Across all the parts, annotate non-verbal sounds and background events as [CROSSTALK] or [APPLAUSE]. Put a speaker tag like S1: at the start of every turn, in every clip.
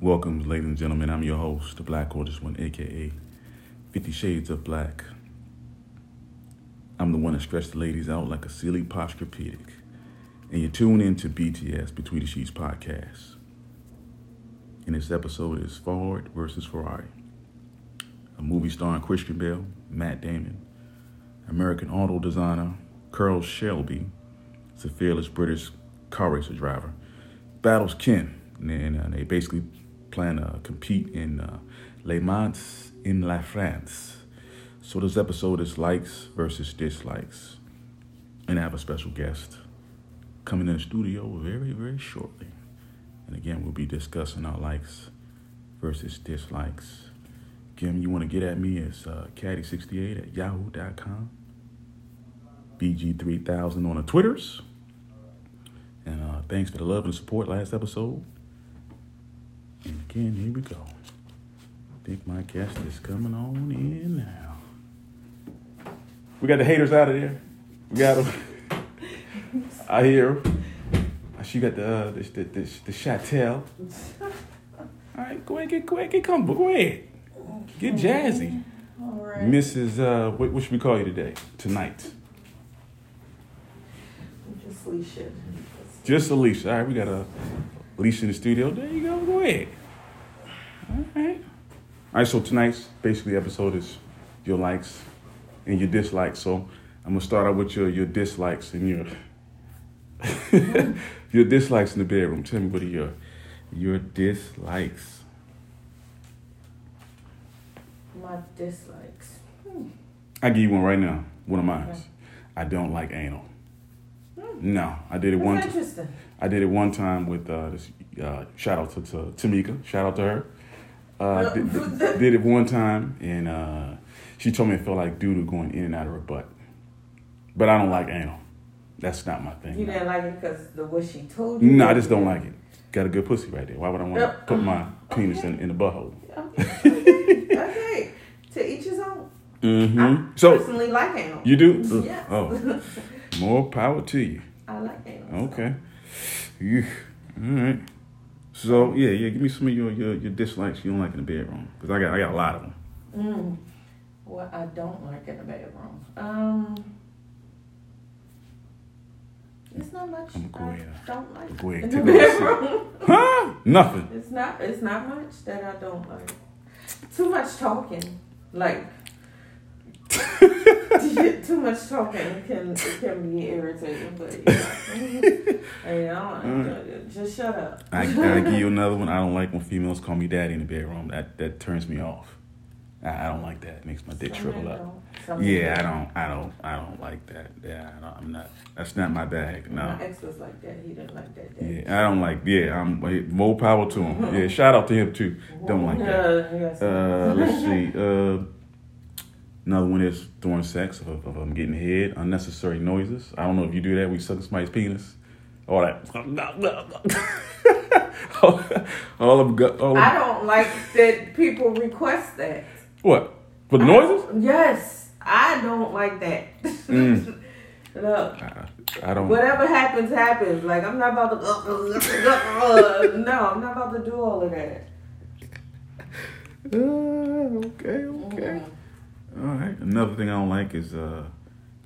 S1: Welcome, ladies and gentlemen. I'm your host, the Black Artist One, aka Fifty Shades of Black. I'm the one that stretched the ladies out like a silly posturpedic. And you tune in to BTS Between the Sheets podcast. And this episode is Ford versus Ferrari, a movie starring Christian Bale, Matt Damon, American auto designer Carl Shelby, is a fearless British car racer driver, battles Ken, and then, uh, they basically plan to compete in uh, Le Mans in La France. So this episode is likes versus dislikes, and I have a special guest coming in the studio very, very shortly. And again, we'll be discussing our likes versus dislikes. Kim, you want to get at me? It's uh, caddy68 at yahoo.com. BG3000 on the Twitters. And uh, thanks for the love and support last episode. And again, here we go. I think my guest is coming on in now. We got the haters out of there. We got them. [LAUGHS] I hear 'em. She got the, uh, the, the, the, the Chatel. All right, go ahead, get, go ahead, get comfortable. Go ahead. Get jazzy.
S2: All right.
S1: Mrs. Uh, what, what should we call you today? Tonight.
S2: Just Leisha.
S1: Just Alicia. All right, we got a Alicia in the studio. There you go. Go ahead. All right. All right. So tonight's basically episode is your likes and your dislikes. So I'm gonna start out with your your dislikes and your [LAUGHS] your dislikes in the bedroom. Tell me what are your your dislikes.
S2: My dislikes. Hmm.
S1: I give you one right now. One of mine. I don't like anal. No, I did it
S2: That's
S1: one. time.
S2: interesting.
S1: I did it one time with uh, this, uh, shout out to, to Tamika. Shout out to her. Uh,
S2: [LAUGHS]
S1: did, did- did it one time, and uh, she told me it felt like doodle going in and out of her butt. But I don't like anal. That's not my thing.
S2: You didn't like it because the what she told you.
S1: no, I just don't like it. Got a good pussy right there. Why would I want to
S2: Yep.
S1: put my penis in, in the
S2: [LAUGHS]
S1: butthole?
S2: [LAUGHS] Okay. okay. To each his own.
S1: Mm-hmm.
S2: I
S1: So
S2: personally like anal.
S1: you do?
S2: Yes.
S1: Oh, more power to you.
S2: [LAUGHS] I like anal.
S1: Okay. Yeah. All right. So yeah, yeah. Give me some of your your, your dislikes you don't like in the bedroom because I got I got a lot of them.
S2: Mm. What I don't like in the bedroom. Um. It's not much.
S1: I'm gonna go
S2: I
S1: ahead.
S2: don't like
S1: Go ahead,
S2: in the
S1: take a sip.
S2: bedroom. [LAUGHS]
S1: Huh? Nothing.
S2: It's not. It's not much that I don't like. Too much talking, like [LAUGHS] too much talking can it can be irritating. But yeah, Hey, I don't like that. just shut up.
S1: Mm. I I give
S2: [LAUGHS]
S1: you another one. I don't like when females call me daddy in the bedroom. That that turns me off. I, I don't like that. It makes my dick
S2: Some
S1: shrivel
S2: men
S1: up.
S2: don't. Some
S1: Yeah,
S2: men
S1: I
S2: don't.
S1: don't. I don't. I don't like that. Yeah, I don't, I'm not. That's not my bag. No.
S2: My ex was like that. He didn't like that. Day.
S1: Yeah, I don't like. Yeah, I'm. More power to him. Yeah, shout out to him too. Don't like that.
S2: Uh, yes.
S1: Uh,
S2: [LAUGHS]
S1: let's see. Uh, another one is during sex. If, if I'm getting head, unnecessary noises. I don't know if you do that. We suck somebody's penis. All that. [LAUGHS] all of go- all
S2: I
S1: of,
S2: don't like that people request that.
S1: what? For the
S2: I
S1: noises?
S2: don't- Yes, I don't like that. [LAUGHS]
S1: Mm.
S2: Look.
S1: I, I don't.
S2: Whatever happens, happens. Like I'm not about to. no, I'm not about to do all of that.
S1: Uh, okay, okay. All right. Another thing I don't like is uh,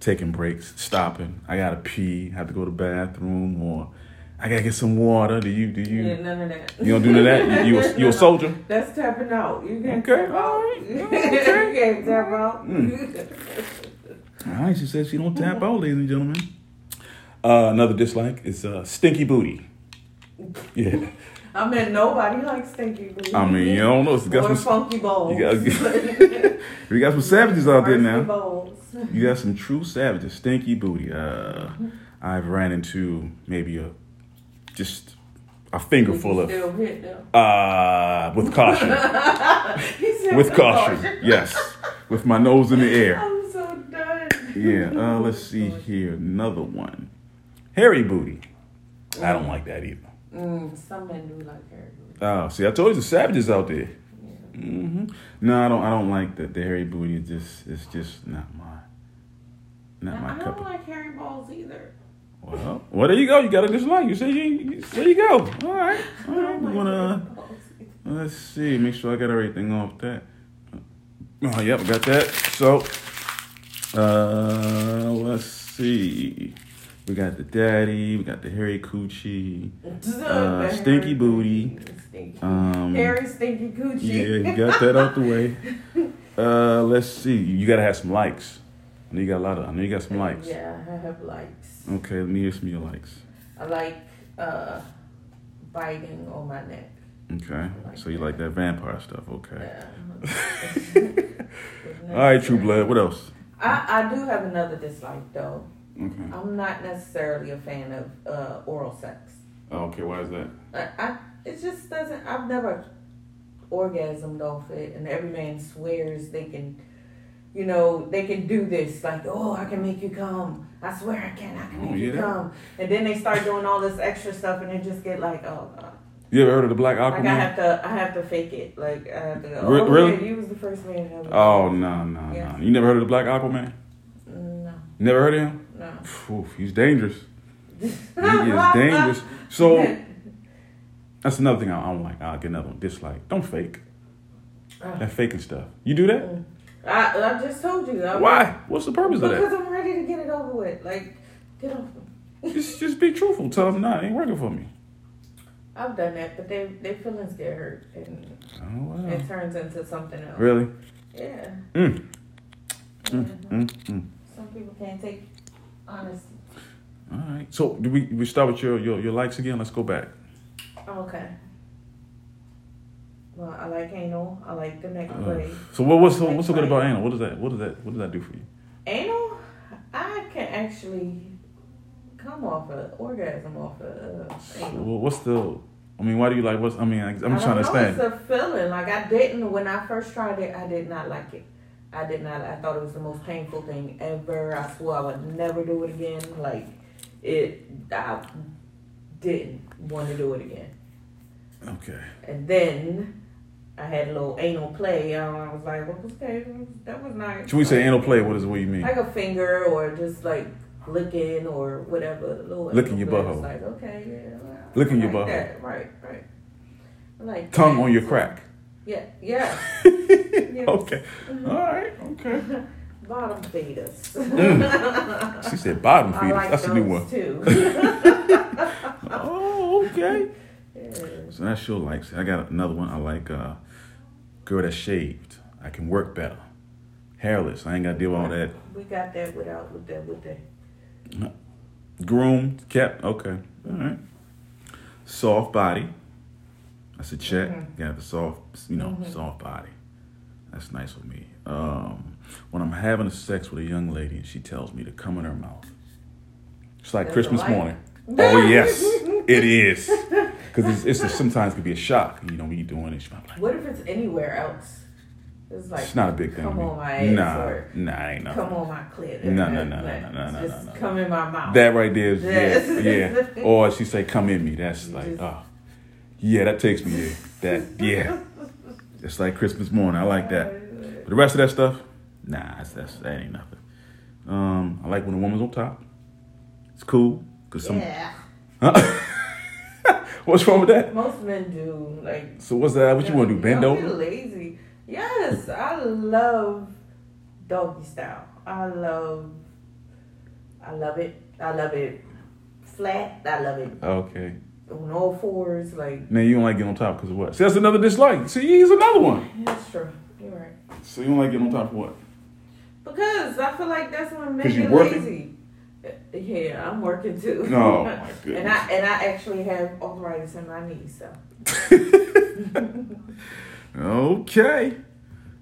S1: taking breaks, stopping. I gotta pee. Have to go to the bathroom, or I gotta get some water. Do you? Do you?
S2: Yeah, none of that.
S1: You don't do none of that. You, you, a, you a soldier.
S2: [LAUGHS] That's tapping out. You can't
S1: Okay,
S2: tap
S1: all
S2: out.
S1: right,
S2: [LAUGHS] you
S1: okay. Hmm.
S2: can't tap out.
S1: All right, she says she don't tap out, ladies and gentlemen. Uh, another dislike is uh, stinky booty. Yeah,
S2: [LAUGHS] I mean, nobody likes stinky booty.
S1: I mean you don't know. You
S2: or
S1: got some,
S2: funky balls.
S1: you
S2: [LAUGHS]
S1: got- you got some savages out there now. You got some true savages. Stinky booty. Uh, I've ran into maybe a just a finger full of
S2: Still hit them. [LAUGHS]
S1: uh with caution.
S2: He said,
S1: With caution, yes. With my nose in the air.
S2: I'm so done.
S1: Yeah, uh, let's see here. Another one. Hairy booty. I don't like that either.
S2: Mm, some men do like hairy booty.
S1: Oh, see, I told you the savages out there.
S2: Yeah.
S1: hmm No, I don't. I don't like the, the hairy booty. It's just, it's just not my, not
S2: Now,
S1: my
S2: I
S1: cup.
S2: don't
S1: Of,
S2: like hairy balls either.
S1: well, well, there you go. You got a dislike. You say you. ain't- you there you go. All right.
S2: I
S1: All right.
S2: don't
S1: You
S2: like
S1: wanna?
S2: hairy balls either.
S1: Uh, Let's see. Make sure I got everything off that. Oh, yep, I got that. So, uh, let's see. We got the daddy. We got the hairy coochie.
S2: [LAUGHS]
S1: Uh, stinky booty.
S2: Stinky.
S1: Um,
S2: Harry Stinky Coochie.
S1: yeah,
S2: [LAUGHS]
S1: you got that out the way. Uh, let's see. You gotta have some likes. I know you got a lot of. I know you got some likes.
S2: Yeah, I have likes.
S1: Okay, let me hear some of your likes.
S2: I like uh, biting on my neck.
S1: Okay, so you like that vampire stuff. Okay.
S2: Yeah.
S1: [LAUGHS] All right, True Blood. What else?
S2: I, I do have another dislike though.
S1: Okay.
S2: I'm not necessarily a fan of uh, oral sex.
S1: Okay, why is that?
S2: I, I it just doesn't. I've never orgasmed off it, and every man swears they can, you know, they can do this. Like, oh, I can make you come. I swear I can. I can
S1: Oh,
S2: make you
S1: yeah.
S2: come. And then they start doing all this extra stuff, and they just get like, oh. God.
S1: You ever heard of the Black
S2: Like I
S1: Aquaman?
S2: have to, I have to fake it. Like I have to. Go,
S1: Re-
S2: oh,
S1: really?
S2: Yeah, you was the first man. to have it."
S1: Oh no no
S2: Yeah.
S1: no! You never heard of the Black Aquaman?
S2: no,
S1: Never heard of him?
S2: no.
S1: Phew, he's dangerous. He is
S2: [LAUGHS]
S1: dangerous. So that's another thing I I don't like. I'll get another one. Dislike. Don't fake
S2: I,
S1: that faking stuff. You do that?
S2: Uh, mm. I just told you. I'm
S1: Why? What's the purpose of that?
S2: Because I'm ready to get it over with. Like, get off me.
S1: Just just be truthful. Tell them nah, it ain't working for me.
S2: I've done that, but they their feelings get hurt and
S1: Oh wow.
S2: it turns into something else.
S1: Really?
S2: Yeah.
S1: Mm.
S2: Mhm.
S1: Mm, mm.
S2: Some people can't take honesty.
S1: All right. So do we we start with your, your your likes again? Let's go back.
S2: Okay. Well, I like anal. I like the neck
S1: Uh,
S2: play.
S1: So what what's so, what's so good about anal? What is that? What does that what does that do for you?
S2: Anal, I can actually come off a orgasm off a uh, anal.
S1: Well, what's the? I mean, why do you like? What's? I mean, I- I'm
S2: I
S1: just
S2: don't
S1: trying to
S2: know,
S1: understand.
S2: It's a feeling. Like I didn't when I first tried it. I did not like it. I did not. I thought it was the most painful thing ever. I swore I would never do it again. Like it. I didn't want to do it again.
S1: Okay.
S2: And then I had a little anal play. Um, I was like, well, okay, that was nice.
S1: Should we say anal play? What is what you mean?
S2: Like a finger or just like licking or whatever. a Little
S1: Licking your
S2: anal play. It's
S1: butthole.
S2: Like okay, yeah. well,
S1: Licking your
S2: like
S1: butthole.
S2: that. Right, right. I Like
S1: Tongue
S2: that.
S1: on your crack. [LAUGHS]
S2: Yeah, yeah.
S1: okay. All right. Okay.
S2: [LAUGHS] Bottom fetus.
S1: Mm.
S2: [LAUGHS]
S1: She said bottom
S2: I
S1: feeders.
S2: like
S1: That's
S2: those
S1: a new one.
S2: too.
S1: [LAUGHS] Oh, okay.
S2: Yeah.
S1: So that's your likes. I got another one. I like uh, girl that's shaved. I can work better. Hairless. I ain't got to deal with all that.
S2: We got that without with that with that.
S1: Groomed, kept. Okay. All right. Soft body. That's a check.
S2: Mhm.
S1: Got the soft, you know,
S2: Mhm.
S1: soft body. That's nice with me. Um, when I'm having a sex with a young lady and she tells me to come in her mouth, it's like
S2: That's a
S1: Christmas
S2: light. [LAUGHS]
S1: morning. Oh yes, it is. Because it's, it's just sometimes it could be a shock. You know, when you're doing it, she might be like,
S2: What if it's anywhere else? It's like
S1: it's not a big thing.
S2: Come
S1: to me.
S2: on my ass
S1: Nah,
S2: or
S1: nah, ain't nothing.
S2: come on my clit.
S1: No, no, no, no,
S2: Like,
S1: no, no, no,
S2: Just
S1: no, no.
S2: come in my mouth.
S1: That right there is
S2: Yes. [LAUGHS]
S1: yeah, yeah. Or she say, "Come in me." That's
S2: You
S1: like,
S2: just-
S1: oh, yeah, that takes me there. That yeah, it's like Christmas morning. I like that. But the rest of that stuff, nah, that's, that's that ain't nothing. Um, I like when a woman's on top. It's cool because some.
S2: Yeah.
S1: Huh? [LAUGHS] What's wrong with that?
S2: Most men do like.
S1: So what's that? What you want to do? Bend
S2: Y'all be
S1: over?
S2: Lazy. Yes, I love doggy style. I love. I love it. I love it flat. I love it
S1: Okay.
S2: on all fours. Like
S1: Now you don't like getting on top because of what? See, that's another dislike. See, he's another one.
S2: that's true. You're right.
S1: So you don't like getting on top of what?
S2: Because I feel like that's when men
S1: 'Cause you
S2: get
S1: working?
S2: lazy. Yeah, I'm working too.
S1: Oh my
S2: [LAUGHS] and
S1: goodness.
S2: I and I actually have arthritis in my knees, so
S1: Okay.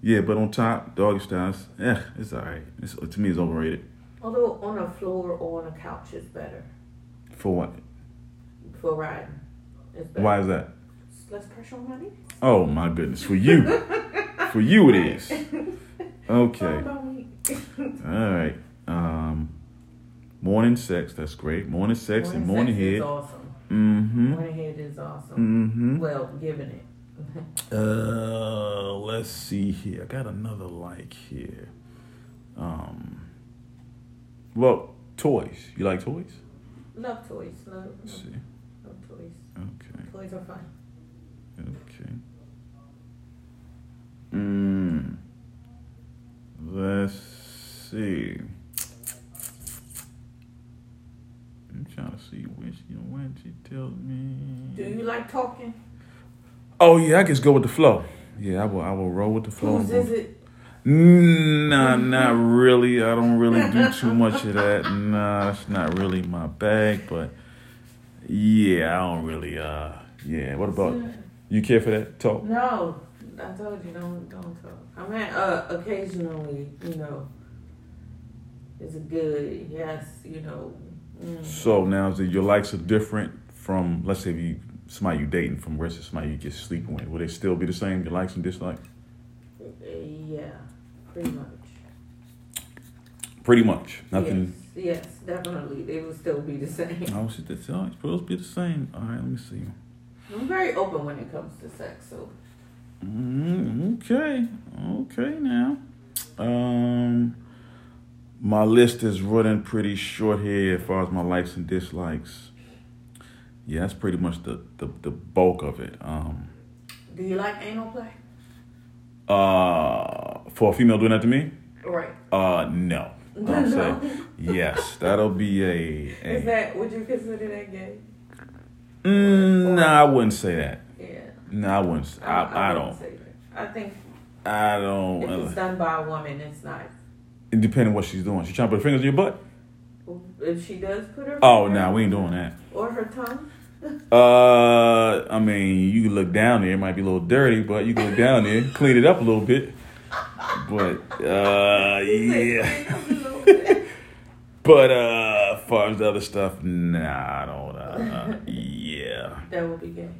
S1: Yeah, but on top, doggy styles, eh, it's all right. It's, to me, it's overrated.
S2: although on a floor or on a couch is better
S1: For what?
S2: for riding. It's better.
S1: Why is that?
S2: It's Less pressure on my knees.
S1: Oh my goodness, for you. for you it is. Okay.
S2: Hold on.
S1: All right. Um, morning sex, that's great. Morning sex and morning
S2: sex Is
S1: head.
S2: awesome.
S1: Mm-hmm.
S2: Morning head is awesome.
S1: Mm-hmm.
S2: Well, giving it. [LAUGHS]
S1: Uh, let's see here. I got another like here. Um, well, toys. You like toys?
S2: Love toys. Love,
S1: Let's
S2: love,
S1: see.
S2: love toys.
S1: Okay.
S2: Toys are fun.
S1: Okay. Hmm. tell me.
S2: Do you like talking?
S1: Oh yeah, I just go with the flow. Yeah, I will. I will roll with the flow.
S2: Whose is it?
S1: Nah, not really. I don't really do too much of that. Nah, it's not really my bag. But yeah, I don't really. Uh, yeah. What about you? Care for that talk?
S2: No, I told you don't don't talk. I mean, uh, occasionally, you know, it's a good yes, you know. Mm.
S1: So now, is it your likes are different from? Let's say if you somebody you dating from versus somebody you just sleeping with. Will they still be the same? Your likes and dislikes?
S2: Yeah, pretty much.
S1: Pretty much. Nothing.
S2: Yes, yes, definitely. They will still be the same.
S1: Oh shit, that's all. It's supposed to be the same. All right, let me see.
S2: I'm very open when it comes to sex, so
S1: Mm, okay, okay now. Um, my list is running pretty short here as far as my likes and dislikes. Yeah, that's pretty much the the, the bulk of it. Um,
S2: do you like anal play?
S1: uh, for a female doing that to me,
S2: Right.
S1: uh,
S2: [LAUGHS]
S1: no. I'm
S2: No.
S1: saying yes. That'll be a.
S2: Is
S1: a
S2: that would you consider that gay?
S1: mm, no, I wouldn't say that.
S2: Yeah.
S1: No, I wouldn't. s- I, I, don't.
S2: wouldn't say that. I think
S1: I
S2: if
S1: don't.
S2: it's done by a woman, it's not.
S1: It depends on what she's doing. She trying to put her fingers in your butt?
S2: If she does put her
S1: Oh no,
S2: finger
S1: we ain't doing that.
S2: or her tongue,
S1: Uh, I mean, you can look down there. It might be a little dirty, but you can look down there, clean it up a little bit. But uh, yeah. But uh, as far as the other stuff, nah, I don't. Uh, yeah,
S2: [LAUGHS] that would be gay.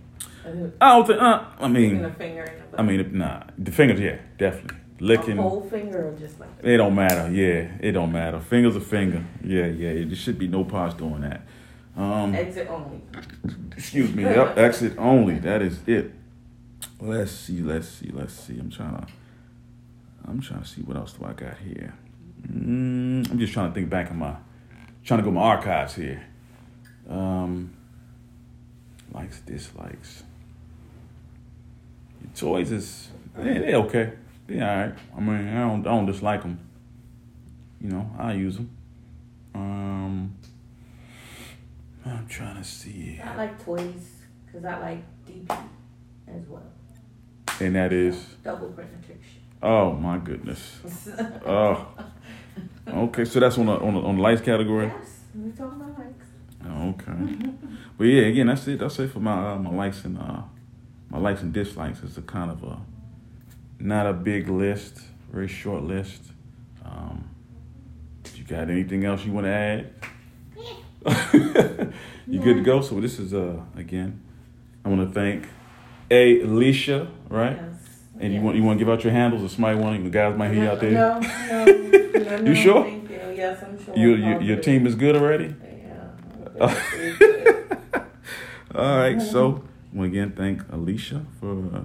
S2: I think
S1: I don't think. Uh, I
S2: Sticking a
S1: mean,
S2: finger in the butt.
S1: I mean, nah, the fingers, yeah, definitely
S2: a
S1: licking.
S2: whole finger or just like
S1: It don't matter. Yeah, it don't matter. Fingers a finger. Yeah, yeah. There should be no pause doing that. Um,
S2: exit only.
S1: Excuse me. Yep, [LAUGHS] exit only. That is it. Let's see. Let's see. Let's see. I'm trying to. I'm trying to see what else do I got here. Mm, I'm just trying to think back in my. Trying to go my archives here. Um. Likes dislikes. Your toys is they they okay. They all right. I mean I don't I don't dislike them. You know I use them. Um. I'm trying to see.
S2: I like toys because I like DP as well.
S1: And that is,
S2: Double penetration. [LAUGHS]
S1: oh my goodness. Oh, okay. So that's on the on the, on the lights category.
S2: Yes, we talking about likes.
S1: Oh, okay. But yeah, again, that's it. That's it for my uh, my likes and uh my likes and dislikes. It's a kind of a not a big list, very short list. Um, you got anything else you want to add? [LAUGHS] you good to go? So this is uh again, I want to thank a Alicia, right?
S2: Yes.
S1: And
S2: Yes.
S1: you want you want to give out your handles or somebody want the guys might hear you out there.
S2: No, no, no, no,
S1: [LAUGHS] You sure?
S2: [LAUGHS] Thank you. Yes, I'm sure.
S1: Your, your your team is good already.
S2: Yeah.
S1: [LAUGHS] All right. So Mm-hmm. well, again, thank Alicia for uh,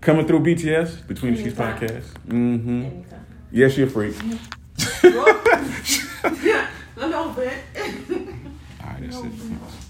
S1: coming through BTS between the sheets
S2: Anytime.
S1: podcast. Mm-hmm.
S2: Anytime. [LAUGHS]
S1: Yes, you're free.
S2: Well, yeah, a little bit.
S1: All right, that's it.